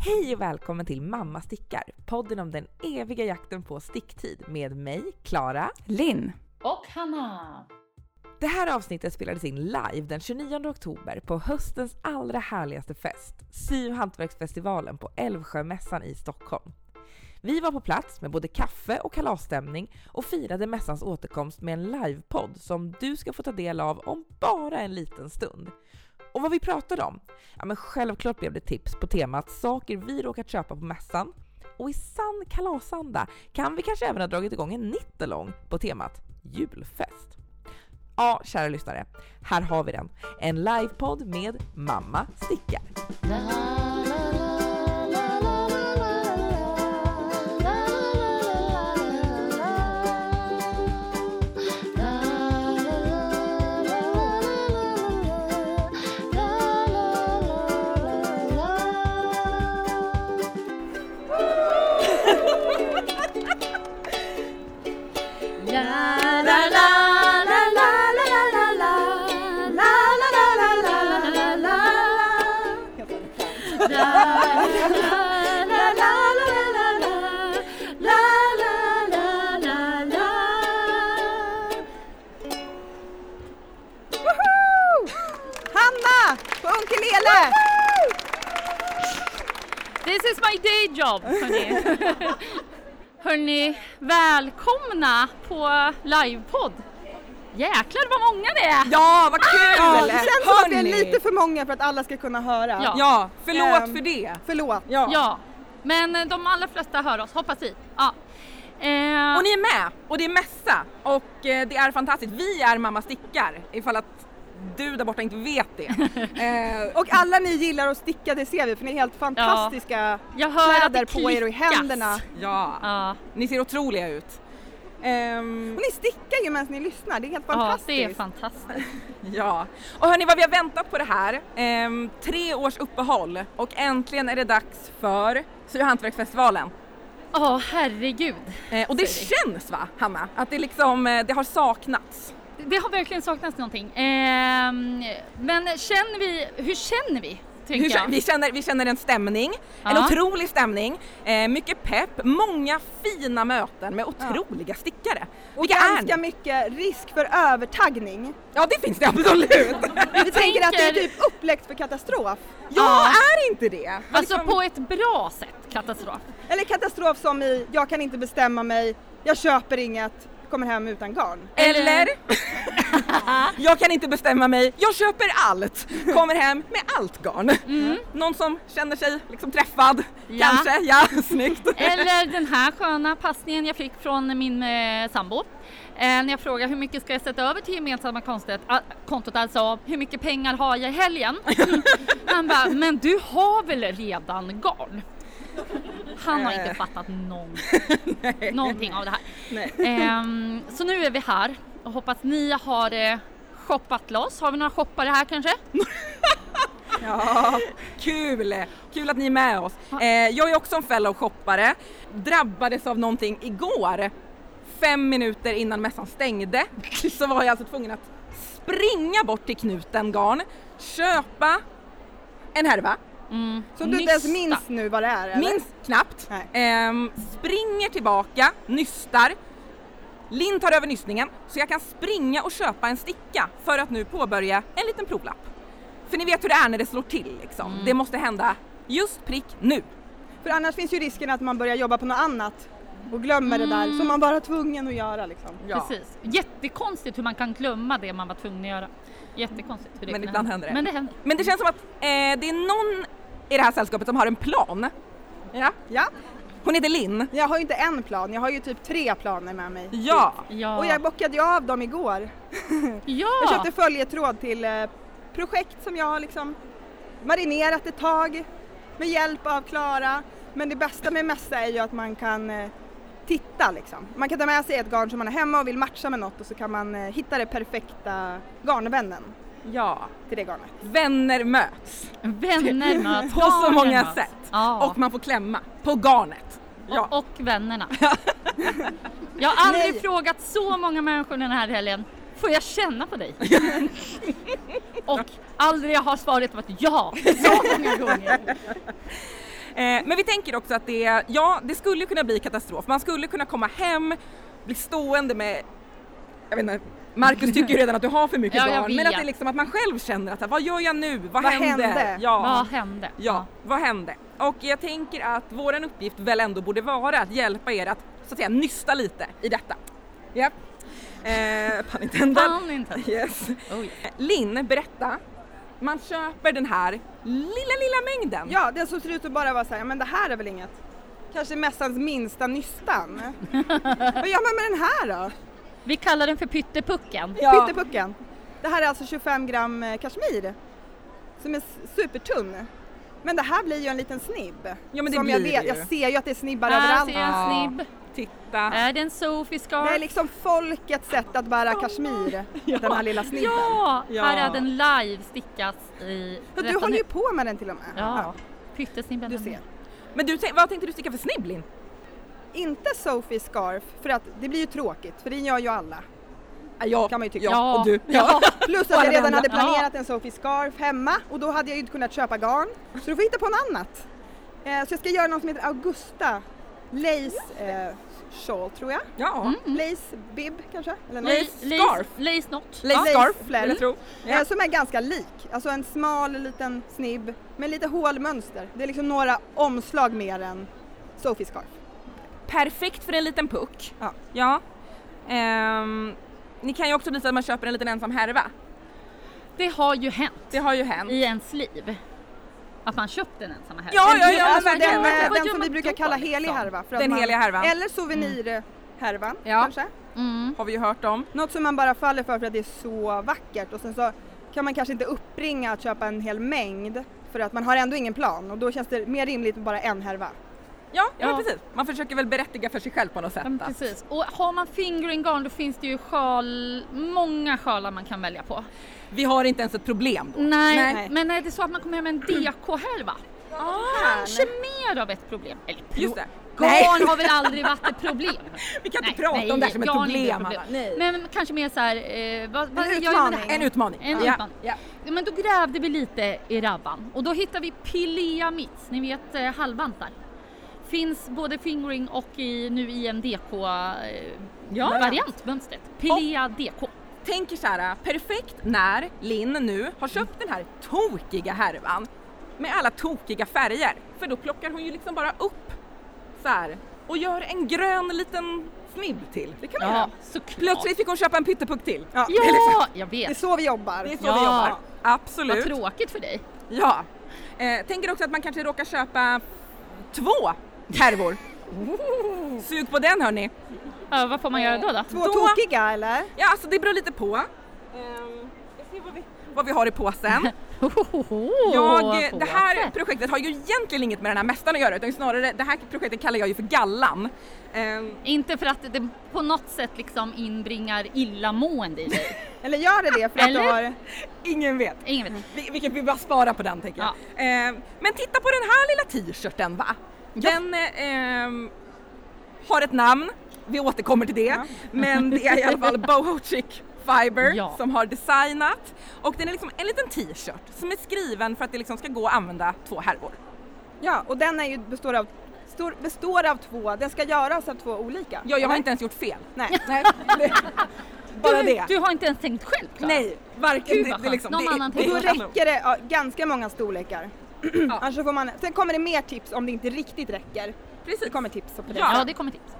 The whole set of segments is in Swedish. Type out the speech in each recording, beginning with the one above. Hej och välkommen till Mamma stickar, podden om den eviga jakten på sticktid med mig, Klara. Linn. Och Hanna! Det här avsnittet spelades in live den 29 oktober på höstens allra härligaste fest, Syo Hantverksfestivalen på Älvsjömässan i Stockholm. Vi var på plats med både kaffe och kalasstämning och firade mässans återkomst med en livepodd som du ska få ta del av om bara en liten stund. Och vad vi pratade om? Ja men självklart blev det tips på temat saker vi råkat köpa på mässan och i sann kalasanda kan vi kanske även ha dragit igång en nittalong på temat julfest. Ja, kära lyssnare, här har vi den. En livepodd med Mamma Stickar. La, la, la, la, la, la, la, la. La, la, la, la, la, la. La, la, la, la, la, la, la. La, la, la, la, la. Hanna på ukulele! This is my day job, hörni. hörni, välkomna på livepodd. Jäklar vad många det är! Ja, vad kul! Ja, det känns som att det är Hörni! lite för många för att alla ska kunna höra. Ja. Ja, förlåt Ehm, för det. Förlåt. Ja. Ja, men eh, de allra flesta hör oss, hoppas vi. Ja. Eh, Och ni är med och det är mässa och eh, det är fantastiskt. Vi är Mamma Stickar ifall att du där borta inte vet det. Eh, och alla ni gillar att sticka, det ser vi för ni är helt fantastiska jag hör att kläder det på er och i klickas. händerna. Ja, Ja, ni ser otroliga ut. Ehm, Och ni stickar ju medan ni lyssnar, det är helt ja, fantastiskt. det är fantastiskt. ja, och hörni vad vi har väntat på det här. Ehm, tre års uppehåll och äntligen är det dags för Sy och hantverksfestivalen. Ja, herregud. Eh, och det Säg känns va, Hanna, att det liksom, eh, det har saknats. Det har verkligen saknats någonting. Eh, men känner vi, hur känner vi? tänker Hur, jag? vi, känner, vi känner en stämning, en Ja. otrolig stämning, eh, mycket pepp, många fina möten med otroliga stickare. Och Vilka är ganska ni? mycket risk för övertaggning. Ja det finns det absolut! Vi tänker att det är tänker- typ uppläggt för katastrof. Jag är inte det! Alltså på ett bra sätt, katastrof. Eller katastrof som i, jag kan inte bestämma mig, jag köper inget, kommer hem utan garn. Eller? jag kan inte bestämma mig, jag köper allt! Kommer hem med allt garn. Någon som känner sig liksom träffad, Ja. kanske, ja snyggt. Eller den här sköna passningen jag fick från min eh, sambo. Eh, när jag frågade hur mycket ska jag sätta över till gemensamma konstet, ah, kontot, alltså hur mycket pengar har jag i helgen? Mm. Han bara, men du har väl redan garn? Han har Eh. inte fattat någon, någonting av det här. Ehm, så nu är vi här och hoppas ni har eh, shoppat loss. Har vi några shoppare här kanske? Ja, kul! Kul att ni är med oss. Eh, jag är också en fellow shoppare. Drabbades av någonting igår. Fem minuter innan mässan stängde så var jag alltså tvungen att springa bort till Knuten garn, köpa en härva, Mm, Så du inte ens nysta. minns nu vad det är? Eller? minns knappt, Nej. ehm, springer tillbaka, nystar. Linn tar över nystningen så jag kan springa och köpa en sticka för att nu påbörja en liten provlapp. För ni vet hur det är när det slår till liksom. Det måste hända just prick nu. För annars finns ju risken att man börjar jobba på något annat och glömmer det där som man bara är tvungen att göra liksom. Precis. Jättekonstigt hur man kan glömma det man var tvungen att göra. Jättekonstigt hur det Men kan ibland hända. händer det. Men det händer. Men det känns som att eh, det är någon i det här sällskapet som har en plan. Ja. Ja, Hon heter Linn. jag har ju inte en plan, jag har ju typ tre planer med mig. Ja. Ja. Och jag bockade ju av dem igår. ja. Jag köpte följetråd till eh, projekt som jag har liksom marinerat ett tag med hjälp av Klara. Men det bästa med mässa är ju att man kan eh, titta liksom. Man kan ta med sig ett garn som man har hemma och vill matcha med något och så kan man eh, hitta det perfekta garnvännen ja. till det garnet. Vänner möts Vänner möts. på så barnen många möts. sätt. Ja. Och man får klämma på garnet. Ja. Och, och vännerna. jag har aldrig Nej. frågat så många människor den här helgen. Får jag känna på dig? och aldrig har svaret varit ja så många gånger. Eh, men vi tänker också att det, ja, det skulle kunna bli katastrof. Man skulle kunna komma hem, bli stående med, jag vet inte, Marcus tycker ju redan att du har för mycket Ja, jag barn. Men att det är vet. liksom att man själv känner att vad gör jag nu? Vad, Vad hände? hände? Ja. Vad hände? Ja, vad hände? Och jag tänker att våran uppgift väl ändå borde vara att hjälpa er att så att säga nysta lite i detta. Ja. Eh, pun intended. Fan inte. Yes. Oh, yeah. Linn, berätta. Man köper den här lilla, lilla mängden. Ja, den som ser ut att bara vara så här, men det här är väl inget. Kanske mässans minsta nystan. Vad gör man med den här då? Vi kallar den för pyttepucken. Ja. Pyttepucken. Det här är alltså 25 gram eh, kashmir som är s- supertunn. Men det här blir ju en liten snibb. Ja, men det som jag blir vet, det ju. jag ser ju att det är snibbar Här överallt. ser jag Ja. en snibb. Titta. Är det en Sophie-scarf? Det är liksom folkets sätt att bära kashmir, den här lilla snibben. Ja! Ja. Här är den live stickas i... Ja, du rätta håller nu- ju på med den till och med. Ja, pyttesnibben. du där ser. Men du, tänk- vad tänkte du sticka för snibb Linn? Inte Sophie scarf, för att det blir ju tråkigt, för det gör ju alla. Ja, jag, Kan man ju tycka. Ja, Ja. och du. Ja. Plus Bara att jag redan vända. hade planerat en Sophie scarf hemma och då hade jag ju inte kunnat köpa garn. Så då får jag hitta på något annat. Eh, så jag ska göra något som heter Augusta Lace eh, Shawl tror jag. ja. Lace Bib kanske? Eller något. med. Mm. Lace scarf. Lace, lace knot. Lace Lace scarf, flare. vill jag tro. Eh, Ja. som är ganska lik. Alltså en smal liten snibb med lite hålmönster. Det är liksom några omslag mer än Sophie scarf. Perfekt för en liten puck. Ja. ja. Ehm, ni kan ju också visa att man köper en liten ensam härva. Det har ju hänt Det har ju hänt. i ens liv. Att man köpt den ensamma här. Ja, ja, Ja, ja, alltså men den, vad eh, gör den som man vi brukar då, kalla liksom? helig härva. För att Den man- heliga härvan Mm. Eller souvenirhärvan Ja. kanske. Mm. har vi ju hört om. Något som man bara faller för för att det är så vackert och sen så kan man kanske inte uppringa att köpa en hel mängd för att man har ändå ingen plan och då känns det mer rimligt med bara en härva. Ja, ja. Men Ja. precis. Man försöker väl berättiga för sig själv på något sätt. Ja, men att- precis. Och har man fingeringarn då finns det ju sjal, många sjalar man kan välja på. Vi har inte ens ett problem då. Nej, Nej. men är det så att man kommer hem med en DK-härva? Kanske mer av ett problem. Eller pro- Just det. Garn har väl aldrig varit ett problem? Vi kan inte Nej, prata om det här nej, som ett garn är inte problem. ett problem. Anna. Nej. Men kanske mer så här, eh, vad, vad En gör jag med det här? En utmaning. utmaning. En ja. utmaning. Ja. Ja, Men då grävde vi lite i rabban och då hittade vi Pilea mitts, ni vet eh, halvvantar. Finns både fingering och i, nu i en Ja. DK-variant, mönstret. Pilea DK. Tänker så här, perfekt när Linn nu har köpt den här tokiga härvan med alla tokiga färger. För då plockar hon ju liksom bara upp så här och gör en grön liten snibb till. Det kan man Ja, göra. såklart. Plötsligt fick hon köpa en pyttepuck till. Ja, Ja, jag Det är vet. så vi jobbar. Det är så Ja. vi jobbar. Vad Absolut. tråkigt för dig. Ja. Eh, tänker också att man kanske råkar köpa två härvor. Sug på den hörni. Ja, vad får man göra då? då? Två Då- tokiga eller? Ja, alltså det beror lite på. Ehm, jag ser vad vi, vad vi har i påsen. Hohoho, Jag, det här påse. projektet har ju egentligen inget med den här mästaren att göra utan snarare det här projektet kallar jag ju för Gallan. Ehm, Inte för att det på något sätt liksom inbringar illamående i dig. Eller gör det det för att du Eller? har... ingen vet. Ingen vet. Vi, vilket vi bara sparar på den tänker jag. Ehm, men titta på den här lilla t-shirten va. Den eh, ehm, har ett namn, vi återkommer till det. Men det är i alla fall Boho Chic Fiber Ja. som har designat. Och den är liksom en liten t-shirt som är skriven för att det liksom ska gå att använda två härvor. Ja, och den är ju, består, av, stor, består av två, den ska göras av två olika. Ja, jag har eller? inte ens gjort fel. Nej. Nej, det, bara du, det. Du har inte ens tänkt själv Klara. Nej, varken... liksom- Gud, vad skönt. Någon annan Och tänker då Det- räcker det ja, ganska många storlekar. Annars så får man, sen kommer det mer tips om det inte riktigt räcker. Precis. Det kommer tips på det. Ja. Ja, det kommer tips.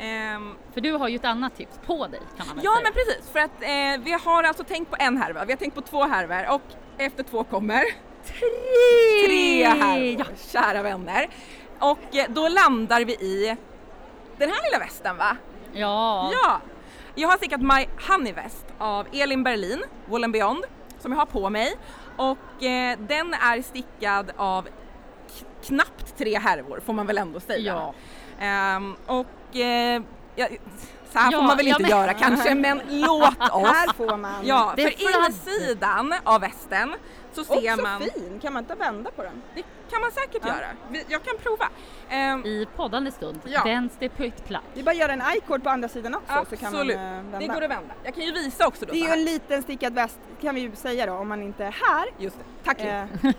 Ehm, För du har ju ett annat tips på dig kan man väl ja, säga. men precis. För att eh, vi har alltså tänkt på en härva, vi har tänkt på två härvor och efter två kommer tre, härvor, Ja. kära vänner. Och eh, då landar vi i den här lilla västen va? Ja. Ja! Jag har stickat My Honey Vest av Elin Berlin, Wool and Beyond, som jag har på mig. Och eh, den är stickad av k- knappt tre härvor får man väl ändå säga. Ja. Ehm, och eh, ja, så här Ja, får man väl ja, inte men- göra kanske, men låt oss. Här får man. Ja, Det för är fladd. insidan av västen så ser Också man... fin, kan man inte vända på den? Det kan man säkert göra. Vi- Jag kan prova. Ehm, I poddande stund. Ja. Dens det pyttplagg. Vi bara gör en i-cord på andra sidan också så kan man Absolut. eh, vända. det går att vända. Jag kan ju visa också då. det är så ju här. en liten stickad väst kan vi ju säga då om man inte är här. Just det. Tack Linn. Eh,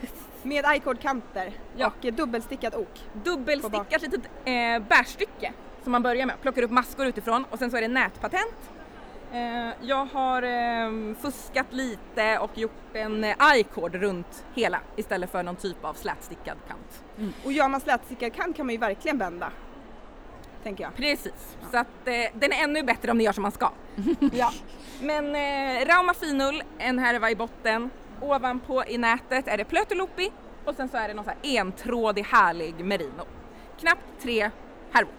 Med i-cord-kanter Ja. och eh, dubbelstickat ok. Dubbelstickat litet eh, bärstycke som man börjar med. Plockar upp maskor utifrån och sen så är det nätpatent. Eh, jag har eh, fuskat lite och gjort en eh, i-cord runt hela istället för någon typ av slätstickad kant. Och gör man slätstickad kant kan man ju verkligen bända. Tänker jag. Precis, så att eh, den är ännu bättre om ni gör som man ska. ja. Men eh, Rauma finull, en härva i botten. Ovanpå i nätet är det plötuloppi och sen så är det någon så här entrådig härlig merino. Knappt tre härvor.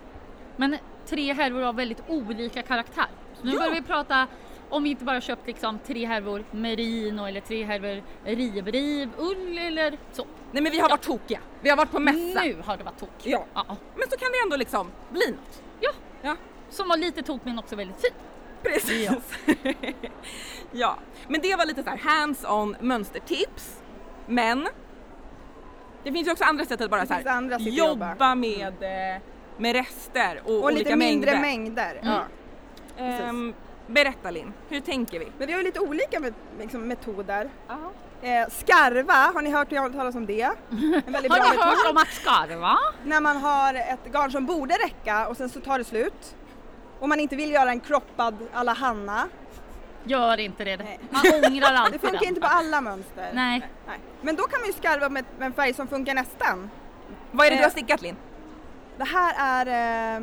Men tre härvor av väldigt olika karaktär. Så nu börjar vi prata om vi inte bara köpt liksom tre härvor merino eller tre härvor riv-riv, ull eller så. Nej men vi har varit tokiga. Vi har varit på mässa. Nu har det varit tok. Ja. ja. Men så kan det ändå liksom bli något. Ja. Ja. Som var lite tok men också väldigt fint. Precis. Ja. Men det var lite så här hands-on mönstertips. Men det finns ju också andra sätt att bara Det så här finns andra sätt att jobba. jobba med, eh, med rester och, Och olika lite mindre mängder. mängder. Ja. Ehm, berätta Linn, hur tänker vi? Men vi har ju lite olika met- liksom, metoder. Eh, skarva, har ni hört talas om det? En väldigt bra Har ni metod. hört om att skarva? När man har ett garn som borde räcka och sen så tar det slut. Och man inte vill göra en kroppad alla Hanna. Gör inte det. Nej. Man ångrar allt Det för funkar den. inte på alla mönster. Nej. Nej. Men då kan man ju skarva med, med en färg som funkar nästan. Vad är det Eh, du har stickat Linn? Det här är eh,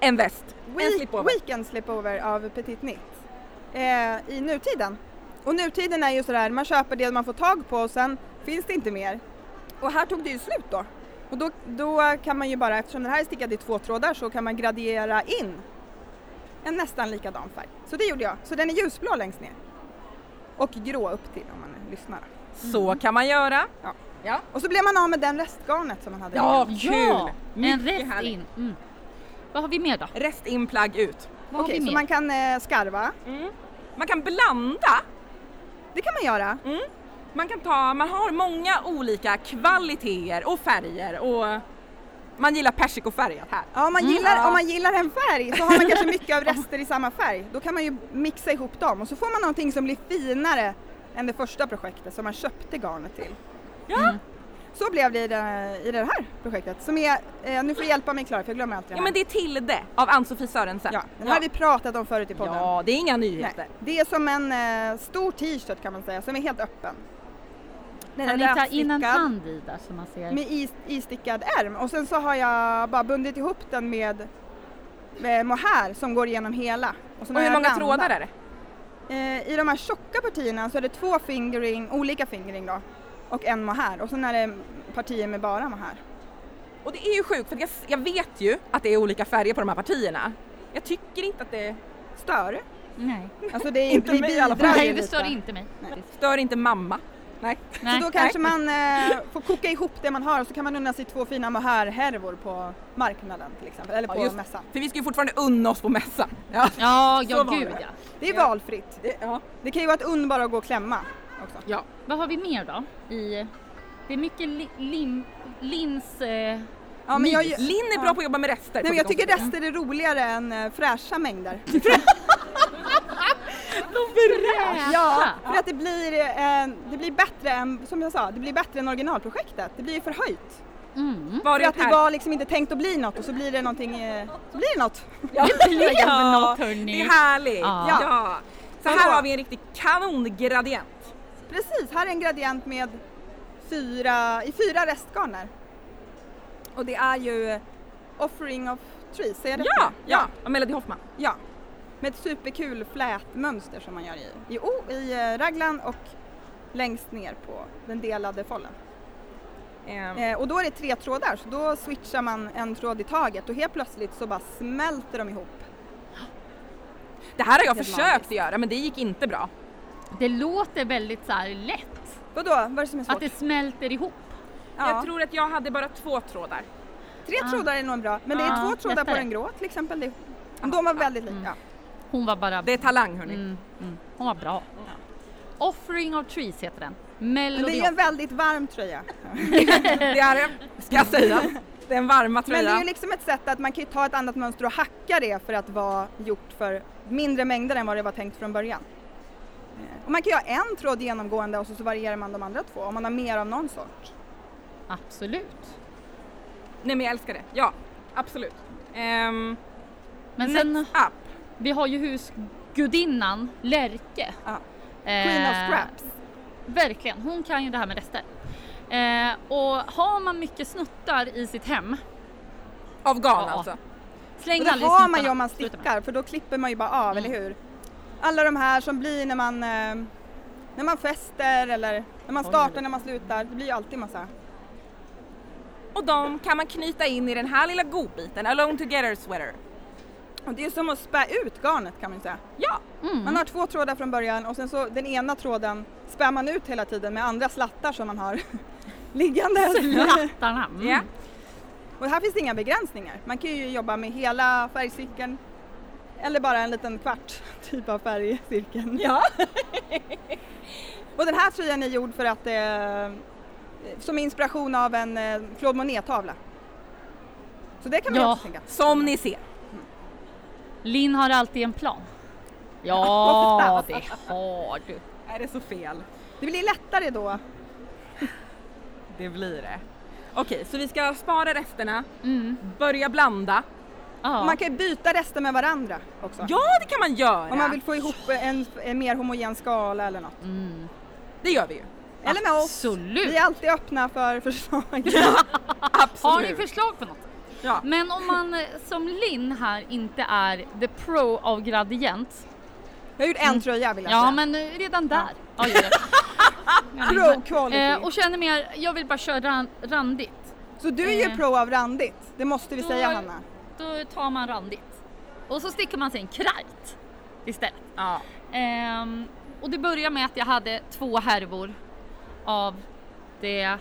En väst. en week, slipover. Weekend Slipover av Petit Knit. Eh, I nutiden. Och nutiden är ju sådär, man köper det man får tag på och sen finns det inte mer. Och här tog det ju slut då. Och då, då kan man ju bara, eftersom den här är stickad i två trådar så kan man gradera in en nästan likadan färg. Så det gjorde jag. Så den är ljusblå längst ner. Och grå upp till om man lyssnar. Så kan man göra. Ja. Ja. Och så blev man av med den restgarnet som man hade. Ja. igen. Kul. Ja, en Mycket rest härligt. in. Mm. Vad har vi mer då? Rest in, plagg ut. Vad Okej, har vi så mer? Mm. man kan eh, skarva. Mm. Man kan blanda Det kan man göra. Mm. Man kan ta, man har många olika kvaliteter och färger och man gillar persikofärgat här. Ja, om man gillar, Ja. om man gillar en färg så har man kanske mycket av rester i samma färg. Då kan man ju mixa ihop dem och så får man någonting som blir finare än det första projektet som man köpte garnet till. Ja, Så blev det i det, i det här projektet som är, eh, nu får du hjälpa mig Klara för jag glömmer alltid det ja här. men det är Tilde av Ann-Sofie Sörensen. ja, den här har vi pratat om förut i podden. ja, det är inga nyheter. Nej, det är som en eh, stor t-shirt kan man säga som är helt öppen. Den Kan ni ta in en rätstickad hand i där så man ser? Med is, istickad ärm och sen så har jag bara bundit ihop den med eh, mohair som går igenom hela. sen Och har hur jag många randar. trådar är det? Eh, I de här tjocka partierna så är det två fingering, olika fingering då och en mohair och sen är det partier med bara mohair. Och det är ju sjukt för jag, jag vet ju att det är olika färger på de här partierna. Jag tycker inte att det Stör? Nej. Alltså det är, Inte vi mig i alla bidrar fall. ju Nej, det lite. stör inte mig. faktiskt. stör inte mamma. Nej. Nej. Så då kanske man eh, får koka ihop det man har och så kan man unna sig två fina mohair-härvor på marknaden till exempel, eller Ja, på just- mässan. För vi ska ju fortfarande unna oss på mässan. Ja. Ja, Så ja var gud det. ja. Det är Ja. valfritt. Det, ja. Det kan ju vara ett und bara att gå och klämma också. ja. Vad har vi mer då? I, det är mycket li, lim, lins... Eh, Ja, men jag, Mys. nej, Linn är bra på att jobba med rester. men på jag vilket tycker område. rester är roligare än eh, fräscha mängder. fräscha. Ja, för att det blir, eh, det blir bättre än, som jag sa, det blir bättre än originalprojektet. Det blir förhöjt. Mm. Var För det att det här? var liksom inte tänkt att bli något och så blir det någonting, eh, så blir det något. Det blir Ja, något Det hörni. är härligt! Ja. Ja. Så här har vi en riktig kanongradient. Precis, här är en gradient med fyra, i fyra restgarner. Och det är ju eh, Offering of Trees, säger jag rätt Ja, nu? ja, av Melody Hoffman. ja. Med ett superkul flätmönster som man gör i, i, o- i eh, raglan och längst ner på den delade follen. Ehm, Eh, och då är det tre trådar så då switchar man en tråd i taget och helt plötsligt så bara smälter de ihop. Det här har jag Helt försökt att göra men det gick inte bra. Det låter väldigt så här lätt. Vadå, vad är det som är svårt? Att det smälter ihop. ja. Jag tror att jag hade bara två trådar. Tre Ah. trådar är nog bra, men det Ah, är två trådar på lättare. den Mm. grå till exempel. Det, de var väldigt lika. Hon var bara... Det är talang hörni. mm, mm. Hon var bra. Offering of Trees heter den. Men det är Melody ju en väldigt varm tröja. Det är det, ska jag säga. Den varma Men det är tröjan. ju liksom ett sätt att man kan ju ta ett annat mönster och hacka det för att vara gjort för mindre mängder än vad det var tänkt från början. Eh, Och man kan göra en tråd genomgående och så, så varierar man de andra två om man har mer av någon sort. Absolut. Nej men jag älskar det, ja absolut. Ehm, Men next sen, up, vi har ju husgudinnan Lärke. Ja. Queen of Eh, scraps. Verkligen, hon kan ju det här med rester. Eh, och har man mycket snuttar i sitt hem, av garn Ja. alltså. släng Och det aldrig har man ju snuttarna. om man Sluta med. stickar för då klipper man ju bara av, Mm. eller hur? Alla de här som blir när man, eh, när man fäster eller när man Oj. startar, när man slutar. Det blir ju alltid massa. Och de kan man knyta in i den här lilla godbiten, Alone Together Sweater. Och det är som att spä ut garnet kan man ju säga. Ja, Mm. Man har två trådar från början och sen så den ena tråden spär man ut hela tiden med andra slattar som man har liggande. Snuttarna. Mm. Ja. och här finns det inga begränsningar. Man kan ju jobba med hela färgcirkeln eller bara en liten kvart typ av färgcirkeln. ja. Och den här tröjan är gjord för att eh, som inspiration av en eh, Claude Monet-tavla. Så det kan man Ja. ju också tänka. Som ni ser. Linn har alltid en plan. Ja, Ja, det har du. Är det så fel? Det blir lättare då. Det blir det. Okej, så vi ska spara resterna, Mm. börja blanda. Ja. Och Man kan ju byta rester med varandra också. Ja, det kan man göra! Om man vill få ihop en, en mer homogen skala eller något. mm. Det gör vi ju. Eller med oss. Absolut. Vi är alltid öppna för förslag. Absolut. Har ni förslag på något? Ja. Men om man eh, som Linn här inte är the pro av gradient. Jag har gjort en tröja vill jag Ja säga. men eh, redan där. Ja. Ja, Pro quality. eh, och känner mer, jag vill bara köra ran- randigt. Så du är ju eh, pro av randigt. Det måste vi då- säga Hanna. Då tar man randigt. Och så sticker man sig en krajt istället. Ja. Ehm, och det började med att jag hade två härvor av det, ja,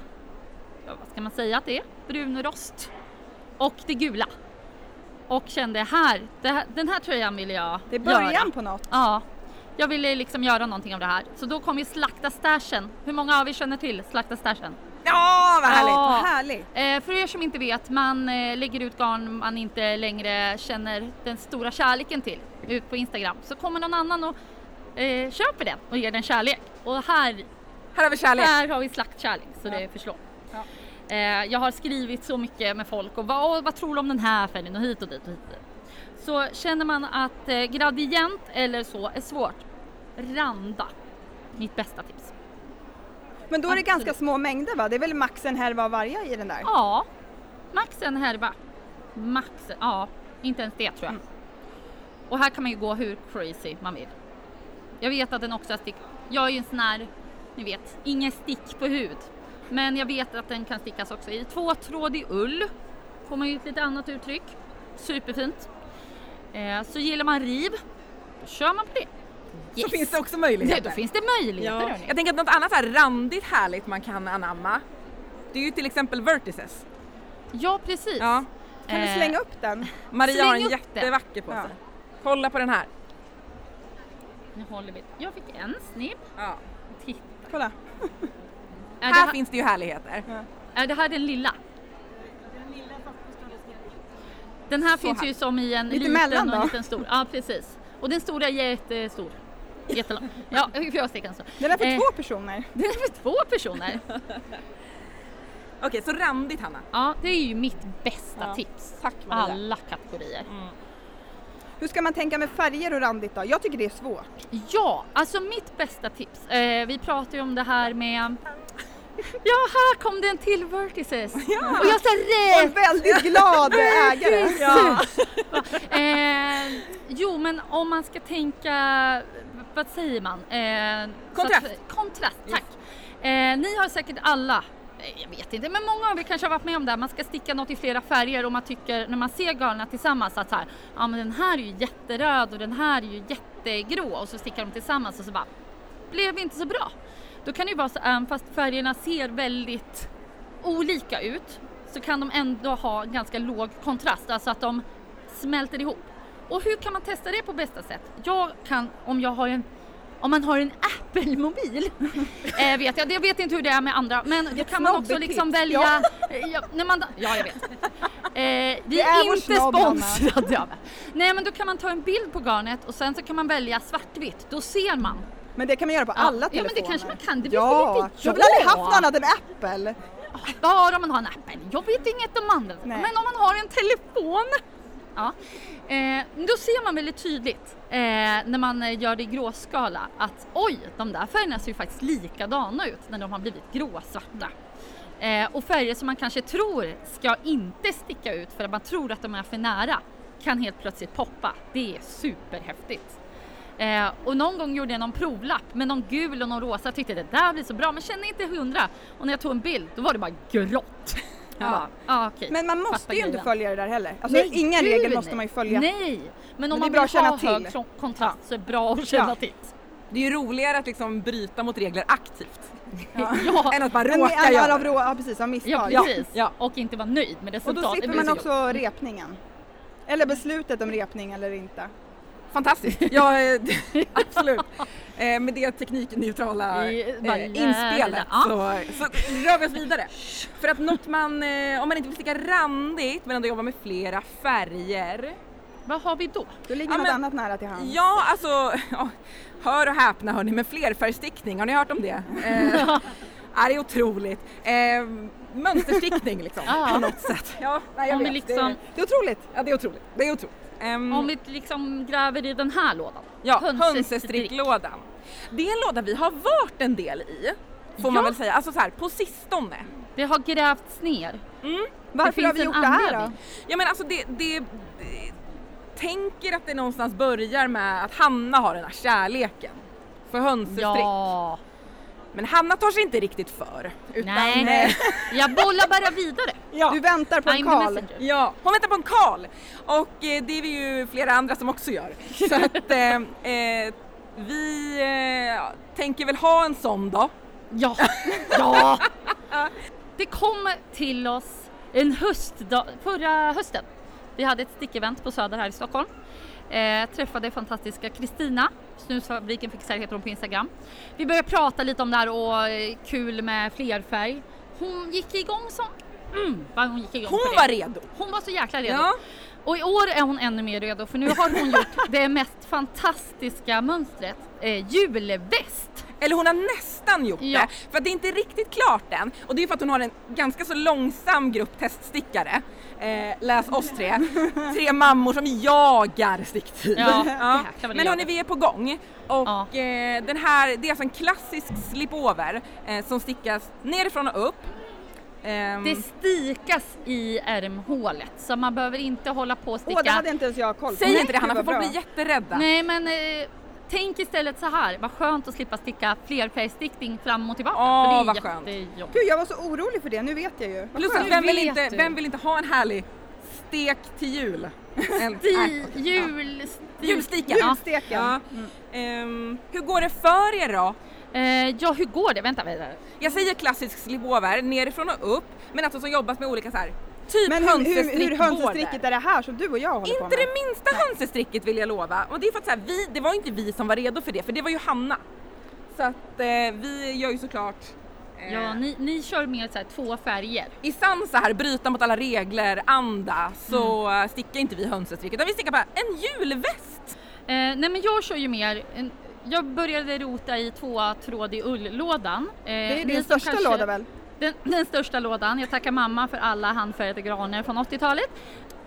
vad ska man säga att det är? Brunrost och det gula. Och kände här, det här den här tröjan vill jag Det är början göra. på något. Ja. Jag ville liksom göra någonting av det här. Så då kom ju Slakta stashen. Hur många av er känner till Slakta stashen? Ja, vad härligt! Ja. Vad härligt. Eh, för er som inte vet, man eh, lägger ut garn man inte längre känner den stora kärleken till ut på Instagram. Så kommer någon annan och eh, köper den och ger den kärlek. Och här, Här har vi kärlek. här har vi slaktkärlek så det förslår. Ja. Eh, jag har skrivit så mycket med folk och vad, åh, vad tror du om den här färgen och hit och dit och hit och dit. Så känner man att eh, gradient eller så är svårt, randa. Mitt bästa tips. Men då är det Absolut. ganska små mängder va? Det är väl max en härva av varje i den där? Ja, max en härva. Max, ja, inte ens det tror jag. Och här kan man ju gå hur crazy man vill. Jag vet att den också har stick. Jag är ju en sån här, ni vet, inga stick på hud. Men jag vet att den kan stickas också i tvåtrådig ull. Får man ju ett lite annat uttryck. Superfint. Eh, så gillar man riv, då kör man på det. Så Yes. finns det också Nej, möjligheter. då finns det möjligheter ja. hörni. Jag tänker att något annat så här randigt härligt man kan anamma, det är ju till exempel vertices. Ja, precis. Ja. Kan du Eh, slänga upp den? Maria har Släng en upp det. jättevacker på sig. Ja. Kolla på den här. Eh, Nu håller vi. Jag fick en snibb. Ja. Titta. Kolla. Är det Här här- finns det ju härligheter. Är Äh, det här den lilla? Den här finns här. ju som i en Lite liten mellan och en då. liten stor. Ja precis. Och den stora är jättestor. Jättelång. Ja, hur får jag sticka en sån? Den är för Eh. två personer. Den är för två personer. Okej, så randigt Hanna. Ja, det är ju mitt bästa Ja. tips. Tack Maria. Alla kategorier. Mm. Hur ska man tänka med färger och randigt då? Jag tycker det är Eh. svårt. Ja, alltså mitt bästa tips. Eh, vi pratar ju om det här med Ja, här kom det en till vertices! Och jag sa Jag rätt! är väldigt glad ägare. Ja. Eh, jo, men om man ska tänka, vad säger man? Eh, så Kontrast. Att, kontrast, tack. Eh, ni har säkert alla, eh, jag vet inte, men många av er kanske har varit med om det här. Man ska sticka något i flera färger och man tycker när man ser garnen tillsammans att så här, ja men den här är ju jätteröd och den här är ju jättegrå och så stickar de tillsammans och så bara, blev inte så bra. Då kan det ju vara så även fast färgerna ser väldigt olika ut så kan de ändå ha ganska låg kontrast, alltså att de smälter ihop. Och hur kan man testa det på bästa sätt? Jag kan, om jag har en om man har en Apple-mobil, eh, vet jag, jag vet inte hur det är med andra, men då kan man också snobbigt liksom tips. välja... Ja. Ja, när man, ja, jag vet. Eh, vi Det är är, vår inte snobb, Hanna. sponsrade av Nej, men då kan man ta en bild på garnet och sen så kan man välja svartvitt. Då ser man Men det kan man göra på Ja, alla ja, men det telefoner. kanske man kan. Det vet väl ja, inte Eh, jag har väl aldrig jag. haft något annat än Apple. Bara om man har en Apple. Jag vet inget om andra. Nej. Men om man har en telefon. Ja. Eh, då ser man väldigt tydligt eh, när man eh, gör det i gråskala att oj, de där färgerna ser ju faktiskt likadana ut när de har blivit gråsvarta. Eh, och färger som man kanske tror ska inte sticka ut för att man tror att de är för nära kan helt plötsligt poppa. Det är superhäftigt. Eh, och någon gång gjorde jag någon provlapp med någon gul och någon rosa tyckte det där blir så bra men kände inte hundra. Och när jag tog en bild då var det bara grått. Jag Ja. bara, ah, okej. Men man måste Fattar ju inte grejen. följa det där heller. Alltså ingen gud, regel måste man ju följa. Nej, men det är om man bra vill att känna ha hög till. kon- kontrast så är det bra att känna Ja. till. Det är ju roligare att liksom bryta mot regler aktivt Ja. än att man Men råkar alla göra av det. rå, ja, precis, av misstag. Ja, precis. ja. Och inte vara nöjd med Och resultatet. då slipper Det blir man så jobbigt. också repningen. Eller beslutet om repning eller inte. Fantastiskt! Ja, eh, absolut. Eh, med det teknikneutrala I- bara eh, lärda, inspelet ja. så, så rör vi oss vidare. För att något man, eh, om man inte vill sticka randigt men ändå jobba med flera färger. Vad har vi då? Då ligger Ja, något men- annat nära till hands. Ja, alltså, ja, hör och häpna hörni, men flerfärgstickning, har ni hört om det? Eh, ja, det är otroligt. Eh, mönsterstickning liksom, Ja. på något sätt. Ja, nej, jag Om vi vet. liksom- Det, det är otroligt. Ja, det är otroligt. Det är otroligt. Ehm, Mm. Om vi liksom gräver i den här lådan. Ja, Hönsestrick. hönsestricklådan. Det är en låda vi har varit en del i, får man Ja. väl säga, alltså så här på sistone. Det har grävts ner. Varför har finns vi en gjort det här då? anledning. Ja men alltså det, det, det tänker att det någonstans börjar med att Hanna har den här kärleken för hönsestrick. Ja, Men Hanna tar sig inte riktigt för. Utan, nej. Jag bollar bara vidare. Ja. Du väntar på en I'm the Karl. messenger. Ja, hon väntar på en Karl och eh, det är vi ju flera andra som också gör. Så att eh, eh, vi eh, tänker väl ha en sån då. Ja, ja. Det kom till oss en höstdag, förra hösten. Vi hade ett stickevent på Söder här i Stockholm. Eh, träffade fantastiska Kristina, Snusfabriken Fixar heter hon på Instagram. Vi började prata lite om det här och eh, kul med flerfärg. Hon gick igång som... Mm, vad hon gick igång på Hon det. var redo. Hon var så jäkla redo. Ja. Och i år är hon ännu mer redo för nu har hon gjort det mest fantastiska mönstret, eh, julväst. Eller hon har nästan gjort Ja. det, för att det är inte riktigt klart än. Och det är för att hon har en ganska så långsam grupp teststickare. Eh, läs oss tre. Tre mammor som jagar sticktid. Ja, jäklar vad det Men hörni, jagar. vi är på gång. Och Ja. eh, den här, det är alltså en klassisk slipover eh, som stickas nerifrån och upp. Ehm, Det stikas i ärmhålet så man behöver inte hålla på och Åh, det sticka. hade inte ens jag koll på. Säg inte det Hanna, för Gud, vad folk bra. blir jätterädda. Nej men eh, tänk istället så här, vad skönt att slippa sticka flerfärgstickning fram och tillbaka. Åh, för det är vad skönt. jättejobbigt. Gud, jag var så orolig för det. Nu vet jag ju. Vad Plus skönt. att vem Nu vill, vet inte, du. vem vill inte ha en härlig stek till jul? En- nej, Di, okej, ja. julstik. Julstika. Ja. Julsteken. Ja. Ehm, hur går det för er då? Eh, ja hur går det? Vänta, vänta. Jag säger klassisk slipover, nerifrån och upp, men alltså som jobbas med olika så här, typ Men hur, hur, hur hönsestrickvårdar. hönsestricket är det här som du och jag håller på Inte med? det minsta hönsestricket vill jag lova. Och det är för att så här, vi, det var inte vi som var redo för det, för det var ju Hanna. Så att eh, vi gör ju såklart eh, Ja, ni, ni kör mer så här, två färger. i sann så här bryta mot alla regler, anda, så eh, stickar inte vi hönsestricket utan vi stickar bara en julväst! Eh, nej men jag kör ju mer, en- jag började rota i tvåa tråd i ull-lådan. Eh, Det är ni din som största kanske- låda väl? Den, den största lådan. Jag tackar mamma för alla handfärgade granar från 80-talet.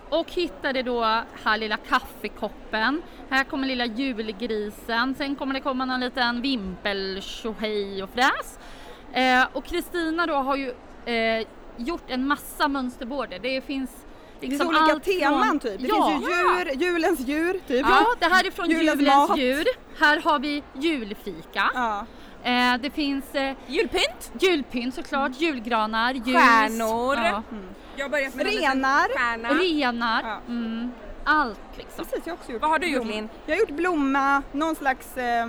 Och hittade då här lilla kaffekoppen. Här kommer lilla julgrisen. Sen kommer det komma någon liten vimpel tjohej och fräs. Eh, och Kristina då har ju eh, gjort en massa mönsterborder. Det finns Det liksom finns olika allt teman från... typ. Det ja. finns ju djur, julens djur typ. Ja, det här är från Julens julens, mat. djur. Här har vi julfika. Ja. Eh, det finns eh, Julpynt! julpynt såklart, julgranar, ljus. Stjärnor. Ja. Jag har börjat med en liten Renar. stjärna. Renar. Ja. Mm. Allt liksom. Precis, jag har också gjort. Vad har du gjort blomma. Linn? Jag har gjort blomma, någon slags eh,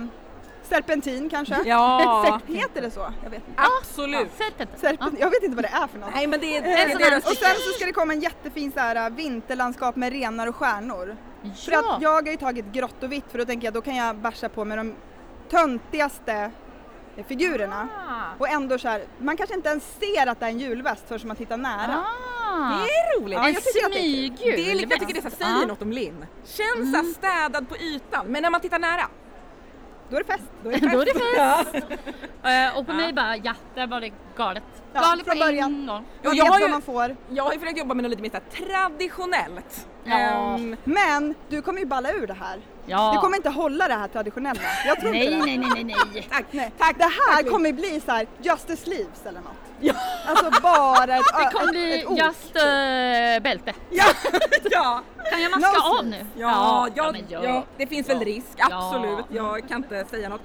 serpentin kanske? Ja, Heter det så? Jag vet inte. absolut! Serpent. Serpent, jag vet inte vad det är för något. Eh, Nej men det är, det En är sån deras här- Och sen så ska det komma en jättefin så här äh, vinterlandskap med renar och stjärnor. För Ja. att jag har ju tagit grått och vitt för då tänker jag då kan jag bärsa på med de töntigaste eh, figurerna. Ah, Och ändå så här, man kanske inte ens ser att det är en julväst förrän man tittar nära. Det Ah. är roligt! En jag tycker att det är kul. smygjul. Det är lite, jag tycker det så här, säger Ja. något om Linn. Känns mm. städad på ytan, men när man tittar nära Då är det fest. Då är det Då är fest. det fest! Eh, och på mig bara, ja, där var det galet. Ja, galet från på början. en gång. Man Och jag vet har vad ju- man får. Jag har ju försökt jobba med något lite mer så här traditionellt. Ja. Ehm, Men du kommer ju balla ur det här. Ja. Du kommer inte hålla det här traditionella. Jag tror Nej, inte det. nej, nej, nej, nej. tack, Nej, tack. det här Lin. kommer bli så här Justice Leaves eller något. Alltså bara ett, Det kommer bli ett, ett ord. just eh, bälte. Ja, ja, Kan jag maska Nose av nu? ja, ja, ja, men gör- det finns väl risk, Ja. absolut. Jag kan inte säga något.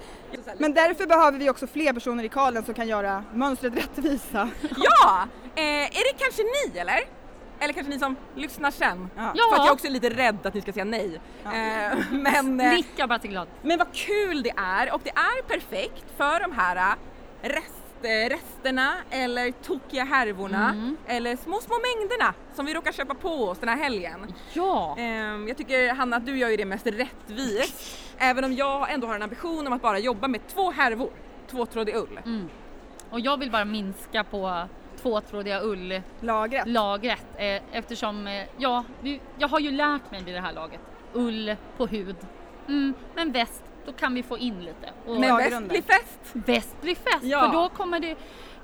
Men därför behöver vi också fler personer i Karlen som kan göra mönstret rättvisa. Ja! Eh, är det kanske ni eller? Eller kanske ni som lyssnar sen? Ja. För att jag också är lite rädd att ni ska säga nej. Eh, men, eh, Nicka bara till glad. men vad kul det är och det är perfekt för de här eh, rest, eh, resterna eller tokiga härvorna Mm. eller små, små mängderna som vi råkar köpa på oss den här helgen. Ja. Ehm, Jag tycker Hanna att du gör ju det mest rättvist. Även om jag ändå har en ambition om att bara jobba med två härvor, tvåtrådig ull. Mm. Och jag vill bara minska på tvåtrådiga ull Lagret. lagret eh, eftersom eh, ja, vi, jag har ju lärt mig vid det här laget. Ull på hud. Mm, men väst, då kan vi få in lite. Och Men Laggrunden. bäst blir fest! väst blir fest Ja. för då kommer det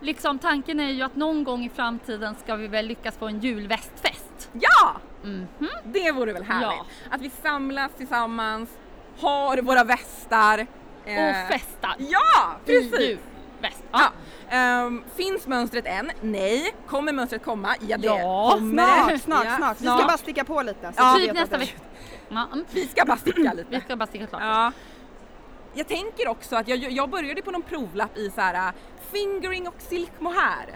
liksom tanken är ju att någon gång i framtiden ska vi väl lyckas få en julvästfest. Ja! Mhm. Det vore väl härligt? Ja. Att vi samlas tillsammans, har våra västar. eh, Och festar. Ja, i precis! Julväst. Ja. Ja. Ehm, finns mönstret än? Nej. Kommer mönstret komma? Ja, det Ja, kommer det. Snart, snart, Ja, snart. Vi ska bara sticka på lite. så Ja. vi Typ vet att nästa det- vecka. Ja, mm. Vi ska bara sticka lite. Vi ska bara sticka klart. Ja. Jag tänker också att jag, jag började på någon provlapp i så här äh, fingering och silk mohair.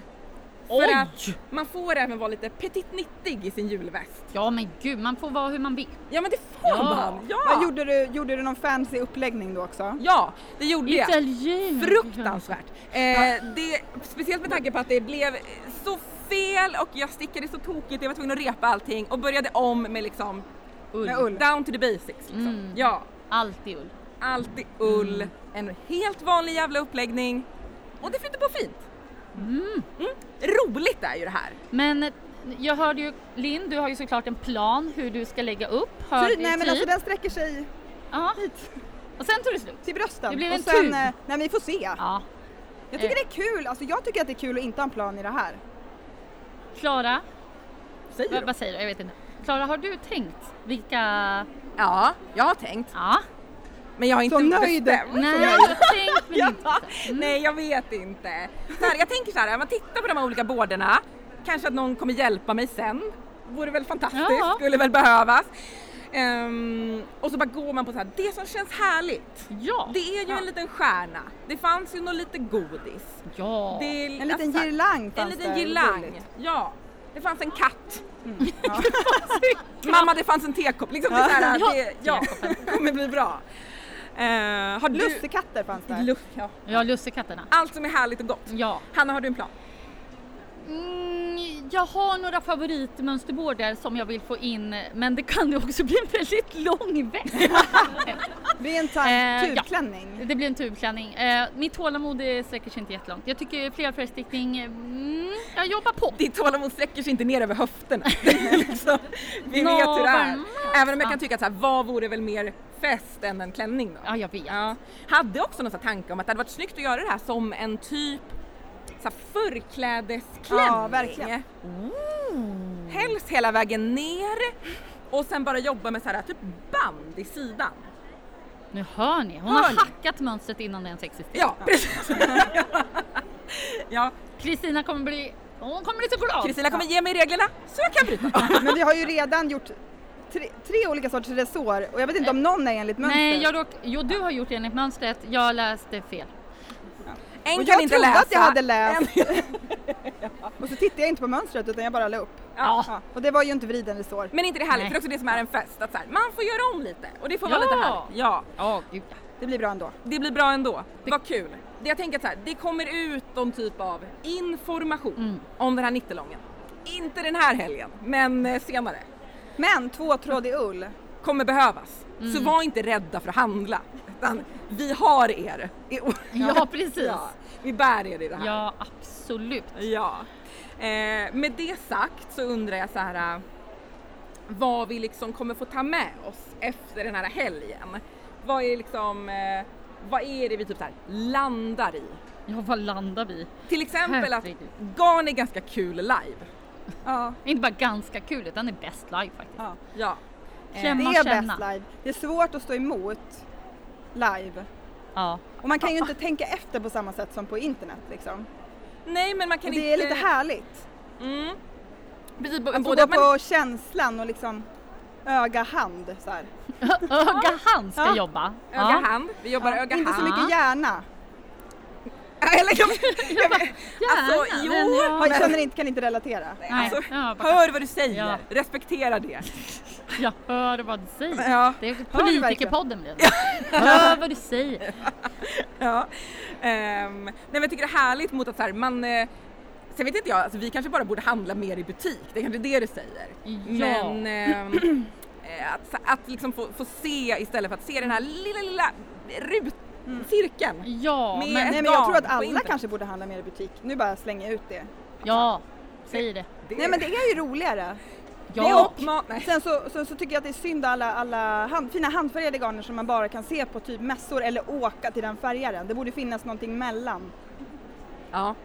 Oj! För att man får även vara lite petit nittig i sin julväst. Ja men gud, man får vara hur man vill. Ja men det får Ja. man! Ja! Vad gjorde du? Gjorde du någon fancy uppläggning då också? ja, det gjorde jag. Italien! Fruktansvärt! Eh, det, speciellt med tanke på att det blev så fel och jag stickade så tokigt, jag var tvungen att repa allting och började om med liksom Ull. Med ull. down to the basics. Liksom. Mm. Ja, Allt i ull. alltid ull, en helt vanlig jävla uppläggning och det flyter på fint. Mm. Roligt är ju det här! Men eh, jag hörde ju Linn, du har ju såklart en plan hur du ska lägga upp. Hör Ty, vi nej men typ. alltså den sträcker sig Ja. Och sen tog det slut. till brösten. Det blev och en sen, tub. eh, Nej men vi får se. Ja. Jag tycker det är kul, alltså jag tycker att det är kul att inte ha en plan i det här. Klara, Säger vad, du? vad säger du? Jag vet inte. Klara, har du tänkt vilka... Ja, jag har tänkt Ja. men jag har inte Så nöjd. bestämt. Nej, jag har tänkt men inte. Mm. Ja, bestämt. Mm. nej jag vet inte. Så här, jag tänker så här, man tittar på de här olika bådarna, kanske att någon kommer hjälpa mig sen. Vore väl fantastiskt, Ja. skulle väl behövas. Ehm, och så bara går man på så här, det som känns härligt. Ja. Det är ju en liten stjärna, det fanns ju något lite godis. Ja. Det är, En liten alltså, girlang En fanns liten det, girlang, gulligt. Mm. ja. Det fanns en katt. Ja. Mamma det fanns en tekopp, liksom det, är så här, Ja. det ja, kommer bli bra. Uh, har du... Lussekatter fanns det. Luff, ja. Ja, lussekatterna. Allt som är härligt och gott. Ja. Hanna har du en plan? Mm, jag har några favoritmönsterbårdar som jag vill få in men det kan ju också bli en väldigt lång väg. Det blir en Eh, tank- ja. tubklänning. Det blir en tubklänning. Eh, mitt tålamod eh, sträcker sig inte jättelångt. Jag tycker flerfärgstickning, eh, mm, jag jobbar på. ditt tålamod sträcker sig inte ner över höfterna. liksom, vi Nå, vet hur det är. varmt. Även om jag kan tycka att så här, vad vore väl mer fest än en klänning då? Ja, jag vet. Ja. Hade också någon sån här tanke om att det hade varit snyggt att göra det här som en typ så här, förklädesklänning. Ja, verkligen. Mm. Helst hela vägen ner och sen bara jobba med så här, typ band i sidan. Nu hör ni, hon Hör har ni? hackat mönstret innan det ens existerar. Ja, precis. ja, Kristina kommer bli, hon kommer bli så glad. Kristina kommer ge mig reglerna så jag kan bryta. Men vi har ju redan gjort tre, tre olika sorters resår och jag vet inte om någon är enligt mönster. Nej, jag råk, jo du har gjort det enligt mönstret, jag läste fel. En och kan jag inte trodde läsa. att jag hade läst. En- Och så tittade jag inte på mönstret utan jag bara la upp. Ja. Ja, och det var ju inte vriden resår. Ah. Men inte det härligt, Nej. för det är också det som är en fest, att så här, man får göra om lite och det får vara Ja. lite härligt. Ja, Ja, gud ja. Det blir bra ändå. det blir bra ändå. Vad kul. Det jag tänker att så här, det kommer ut någon typ av information Mm. om den här nittelången. Inte den här helgen, men eh, senare. Men tvåtrådig ull. Kommer behövas. Så var inte rädda för att handla. Utan vi har er. I år. Ja, precis. Ja, vi bär er i det här. Ja, absolut. Ja. Eh, med det sagt så undrar jag så här eh, vad vi liksom kommer få ta med oss efter den här helgen. Vad är liksom eh, vad är det vi typ så här landar i? Ja, vad landar vi? Till exempel att Herregud. garn är ganska kul live. Ja. Inte bara ganska kul utan det är bäst live faktiskt. Ja. Ja. Eh, Det Klämma, är känna. bäst live. Det är svårt att stå emot live. Ja. Och man kan ju inte tänka efter på samma sätt som på internet liksom. Nej men man kan Och inte... det är lite härligt. Mm. Precis, Att få både gå att man, på känslan och liksom öga hand så här. Öga hand ska Ja. jobba. öga hand, vi jobbar öga Inte så hand. mycket hjärna. Eller jag, jag, Gärna, alltså jo, men jag- Jag känner inte, kan inte relatera. Nej, alltså, ja, bara- hör vad du säger, Ja. respektera det. Jag hör vad du säger. Ja. Det är Hör du verkligen? politikerpodden blir det. Hör vad du säger. Ja. Ehm, nej men jag tycker det är härligt mot att så här, man eh, Sen vet inte jag, alltså, vi kanske bara borde handla mer i butik, det är kanske det du säger. Ja. Men ehm, eh, att, att liksom få, få se istället för att se den här lilla, lilla rut, cirkeln. Ja, Med- men, Nej men jag Garn tror att på alla internet. kanske borde handla mer i butik. Nu bara slänger jag ut det. ja, säg det. Det- Nej men det är ju roligare. det Ja. är uppma- nej. Sen så, sen så tycker jag att det är synd alla, alla hand, fina handfärgade garner som man bara kan se på typ mässor eller åka till den färgaren. Det borde finnas någonting mellan. Ja.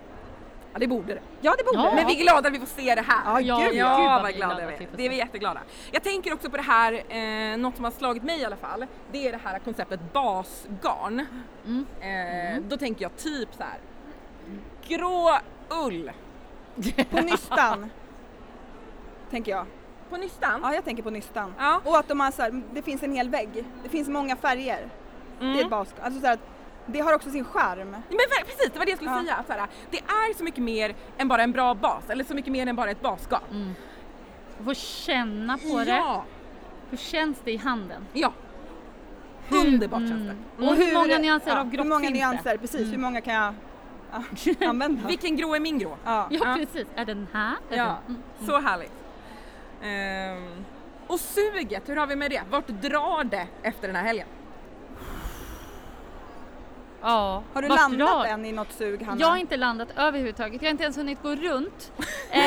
ja, det borde det. Ja det borde Ja. det. Men vi är glada att vi får se det här. Ja, ja, gud, ja. Gud, vad vi vad är glada glada att vi vi är. får Det se. är vi jätteglada. Jag tänker också på det här, eh, något som har slagit mig i alla fall, det är det här konceptet basgarn. Mm. Eh, Då tänker jag typ så här. grå ull På nystan. tänker jag. på nystan. Ja jag tänker på nystan. Ja. Och att de har så här, det finns en hel vägg. Det finns många färger. Det är Mm. bas, alltså så här, att det har också sin Mm. charm. Men ver- precis, det var det jag skulle Ja. säga. Att så här, det är så mycket mer än bara en bra bas, eller så mycket mer än bara ett basgarn. Få mm. känna på det. ja, Hur känns det i handen? ja. Underbart känns det. Och hur många nyanser ja, av Mm. grått Mm, Hur många finns nyanser, precis. Hur många kan jag ja, använda? Vilken grå är min grå? Ja. det? Ja, Ja. precis. Är den här? Är Ja, den- mm. så härligt. Ehm, och suget, hur har vi med det? Vart drar det efter den här helgen? ja. Har du Vart landat drar- än i något sug Hanna? Jag har inte landat överhuvudtaget. Jag har inte ens hunnit gå runt. Eh,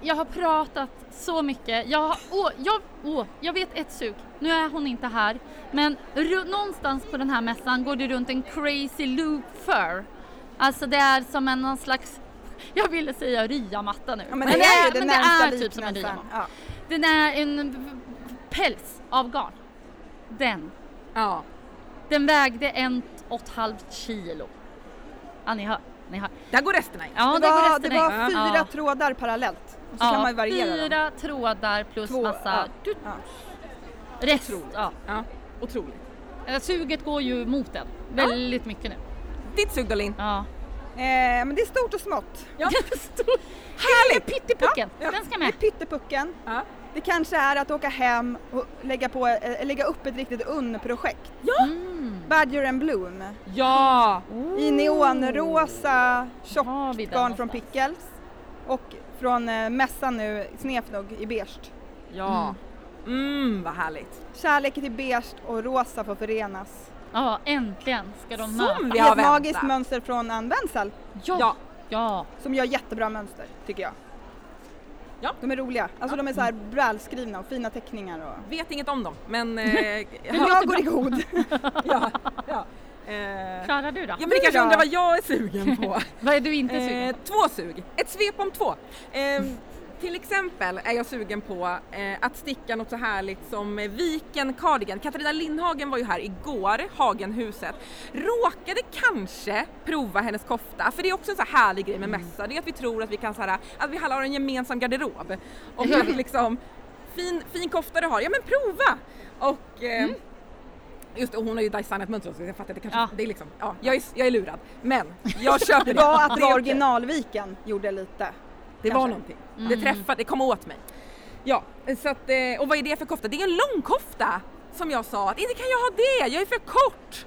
jag har pratat så mycket. Jag, har, åh, jag, åh, jag vet ett sug. Nu är hon inte här. Men ru, någonstans på den här mässan går det runt en crazy loop fur. Alltså det är som en någon slags jag ville säga ryamatta nu. Ja, men det är ju den men det är närmsta typ som en liknelsen. ryamatta. Ja. Den är en v- v- päls av garn. Den. Ja. Den vägde en och ett halvt kilo. Ja, ni hör. Ni hör. Där går resterna in. Ja, det, där går var, resten det in. var fyra Ja. trådar parallellt. Och så kan man ju variera dem. fyra trådar plus Två, massa ja, tut, ja. rest. Otroligt. Ja. Ja, otroligt. Eh, Suget går ju mot den väldigt mycket nu. Ditt sug då Linn? Ja. Eh, men det är stort och smått. Ja. Stor- Härligt! Pyttipucken, Ja, ja. den ska Det är med. pyttepucken. Ja. Det kanske är att åka hem och lägga, på, eh, lägga upp ett riktigt unnprojekt. Mm. Badger and Bloom Ja! i neonrosa tjockt Har vi den garn från någonstans? Pickles och från eh, mässan nu, Snefnog i beige. Ja. Mm, vad härligt. Kärleken till beige och rosa får förenas. Ja, äntligen ska de Som mötas. vi- Det har är ett väntat. magiskt mönster från Ann Wenzel Ja. Ja, ja. som gör jättebra mönster tycker jag. Ja. De är roliga, alltså de är så här välskrivna och fina teckningar. Och... Vet inget om dem, men... Eh, Men ja, jag går i god. ja, ja. Eh, Klarar du då? ja men ni kanske då? undrar vad jag är sugen på? Vad är du inte sugen Eh, på? två sug, ett svep om två. Eh, till exempel är jag sugen på eh, att sticka något så härligt som eh, Viken Cardigan. Katarina Lindhagen var ju här igår, Hagenhuset. Råkade kanske prova hennes kofta, för det är också en så här härlig grej med Mm. mässa, det är att vi tror att vi kan så här, att vi alla har en gemensam garderob. Och att liksom, fin, fin kofta du har, ja men prova! Och eh, Just det, och hon har ju designat ett mönster också, så jag fattar att det kanske, Mm. Ja. det är liksom, ja, jag är, jag är lurad. Men jag köper det. Bra att Det är det var okej. originalviken gjorde lite. Det var Kanske. någonting. Det träffade, det kom åt mig. Mm. Ja, så att, eh, och vad är det för kofta? Det är en långkofta! Som jag sa, att inte kan jag ha det, jag är för kort!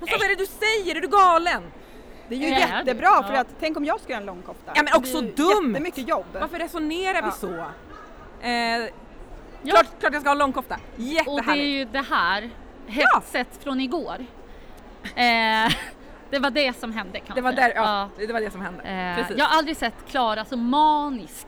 Och så vad är det du säger, är du galen? Det är ju Ja, det är det. jättebra för Ja. att tänk om jag skulle göra en långkofta. Ja, men också det är ju dumt. Jättemycket jobb. Varför resonerar vi Ja. så? Eh, Ja. klart, klart jag ska ha långkofta, Och det är jättehärligt! ju det här hetset från igår. Eh, det var det som hände kan Det man var, säga. där, ja, det var det som hände. Eh, Precis. jag har aldrig sett Klara så manisk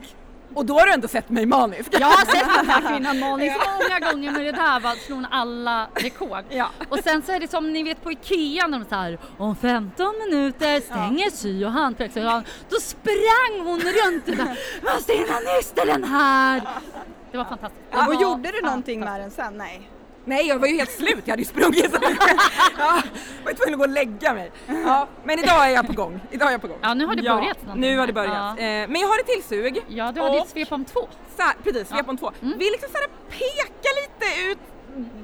Och då har du ändå sett mig manisk. Jag har sett den här kvinnan manisk många gånger med det där va, slår hon alla rekord. Ja. Och sen så är det som ni vet på IKEA när de så här om 15 minuter stänger sy och hantverksorgan. Då sprang hon runt och bara, måste hinna nysta den här. Det var fantastiskt. Det Och var gjorde du någonting med den sen? Nej. Nej jag var ju helt slut, jag hade ju sprungit. ja, var ju tvungen att gå och lägga mig. Ja, men idag är jag på gång. Idag är jag på gång. Ja, nu har det börjat någonting nu har det här. börjat. Ja. Eh, Men jag har ett tillsug. Ja, du hade Och- ditt Mm. svep om två. Så här, precis, svep om två. Vi liksom så här pekar lite ut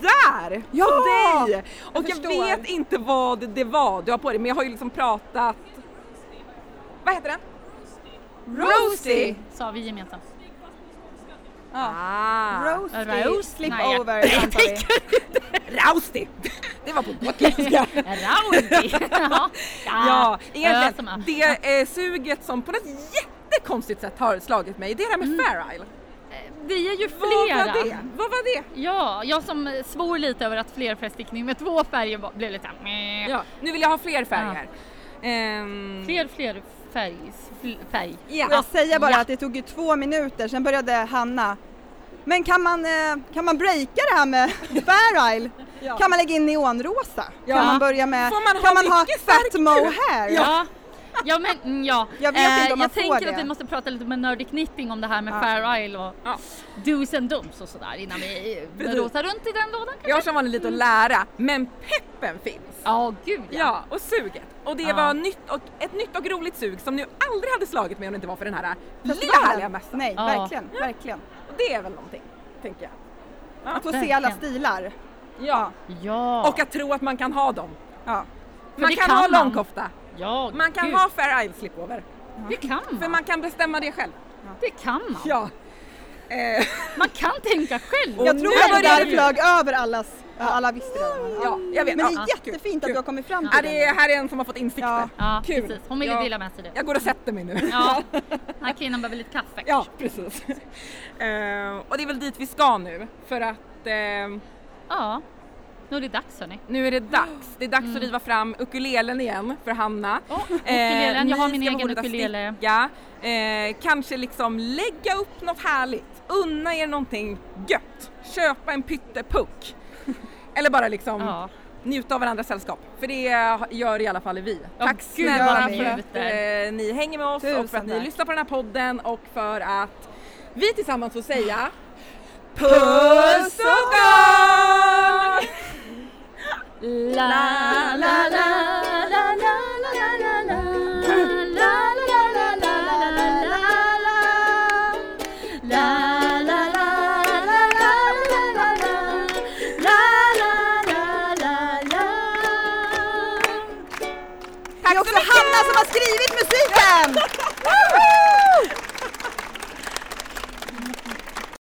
där ja! på dig. Och jag, förstår. vet inte vad det var du har på dig men jag har ju liksom pratat... Vad heter den? Rosie! Sa vi gemensamt. Ah. Roasty, Roast, slip nej. over antar vi. Rousty! Det var på gotländska. Rowdy! ja, Ja, Ja, som egentligen. är. Ah, Det eh, suget som på något jättekonstigt sätt har slagit mig, det är det här med Fair Isle. Vi är ju Vad Mm. flera. var det? Vad var det? Ja, jag som svor lite över att flerfärgstickning med två färger var- blev lite såhär... Ja, nu vill jag ha fler färger. Ehm, Fler, fler färg, fl- färg. ja. Och Jag säger bara Ja. att det tog ju två minuter, sen började Hanna. Men kan man, eh, kan man breaka det här med Fair Isle? Ja. Kan man lägga in neonrosa? Ja. Kan man börja med, Får man ha kan man ha mycket stark fat kul? mohair? Ja. Ja men mm, ja. Jag vet inte om man jag får tänker att det. vi måste prata lite med Nordic Knitting om det här med Ja. Fair Isle och Ja. do's and don'ts och sådär innan vi eh, Precis. rosar runt i den lådan kanske? Jag har som vanligt lite att lära, men peppen finns. Ja, gud ja. Ja, och suget. Och det Ja. var nytt och, ett nytt och roligt sug som nu aldrig hade slagit mig om det inte var för den här lilla Festivalen. härliga mässan. Nej, Ja. verkligen, verkligen. Och det är väl någonting, tänker jag. Att få se alla stilar. Ja. Ja, Och att tro att man kan ha dem. Ja. För Man det kan, kan ha man. långkofta, ja man kan gud. ha Fair Isle slipover. Det kan man. För man kan bestämma det själv. Det kan man. Ja. Eh, Man kan tänka själv. Och Jag nu tror att det börjar där det. flög över allas, ja, alla visste det. ja, jag vet. Men det ja. är jättefint att du har kommit fram Ja, till det det. är, här är en som har fått insikter. Ja. Ja, Kul. precis. Hon ville Ja. dela med sig det. Jag går och sätter mig nu. Ja, den här kvinnan behöver lite kaffe. Ja, precis. Eh, och det är väl dit vi ska nu för att eh, ja. Nu är det dags hörni. nu är det dags. Det är dags att riva fram ukulelen igen för Hanna. Mm. Eh, Åh, ukulelen. ni Jag har min ska egen fortsätta ukulele. Sticka, eh, kanske liksom lägga upp något härligt. Unna er någonting gött. Köpa en pyttepuck. Eller bara liksom Ja. njuta av varandras sällskap. För det gör i alla fall vi. Ja, Tack gud, snälla vad för vi att njuter. eh, ni hänger med oss och för att Tusen ni tack. lyssnar på den här podden och för att vi tillsammans får säga Puss och gång! Det är också Hanna som har skrivit musiken!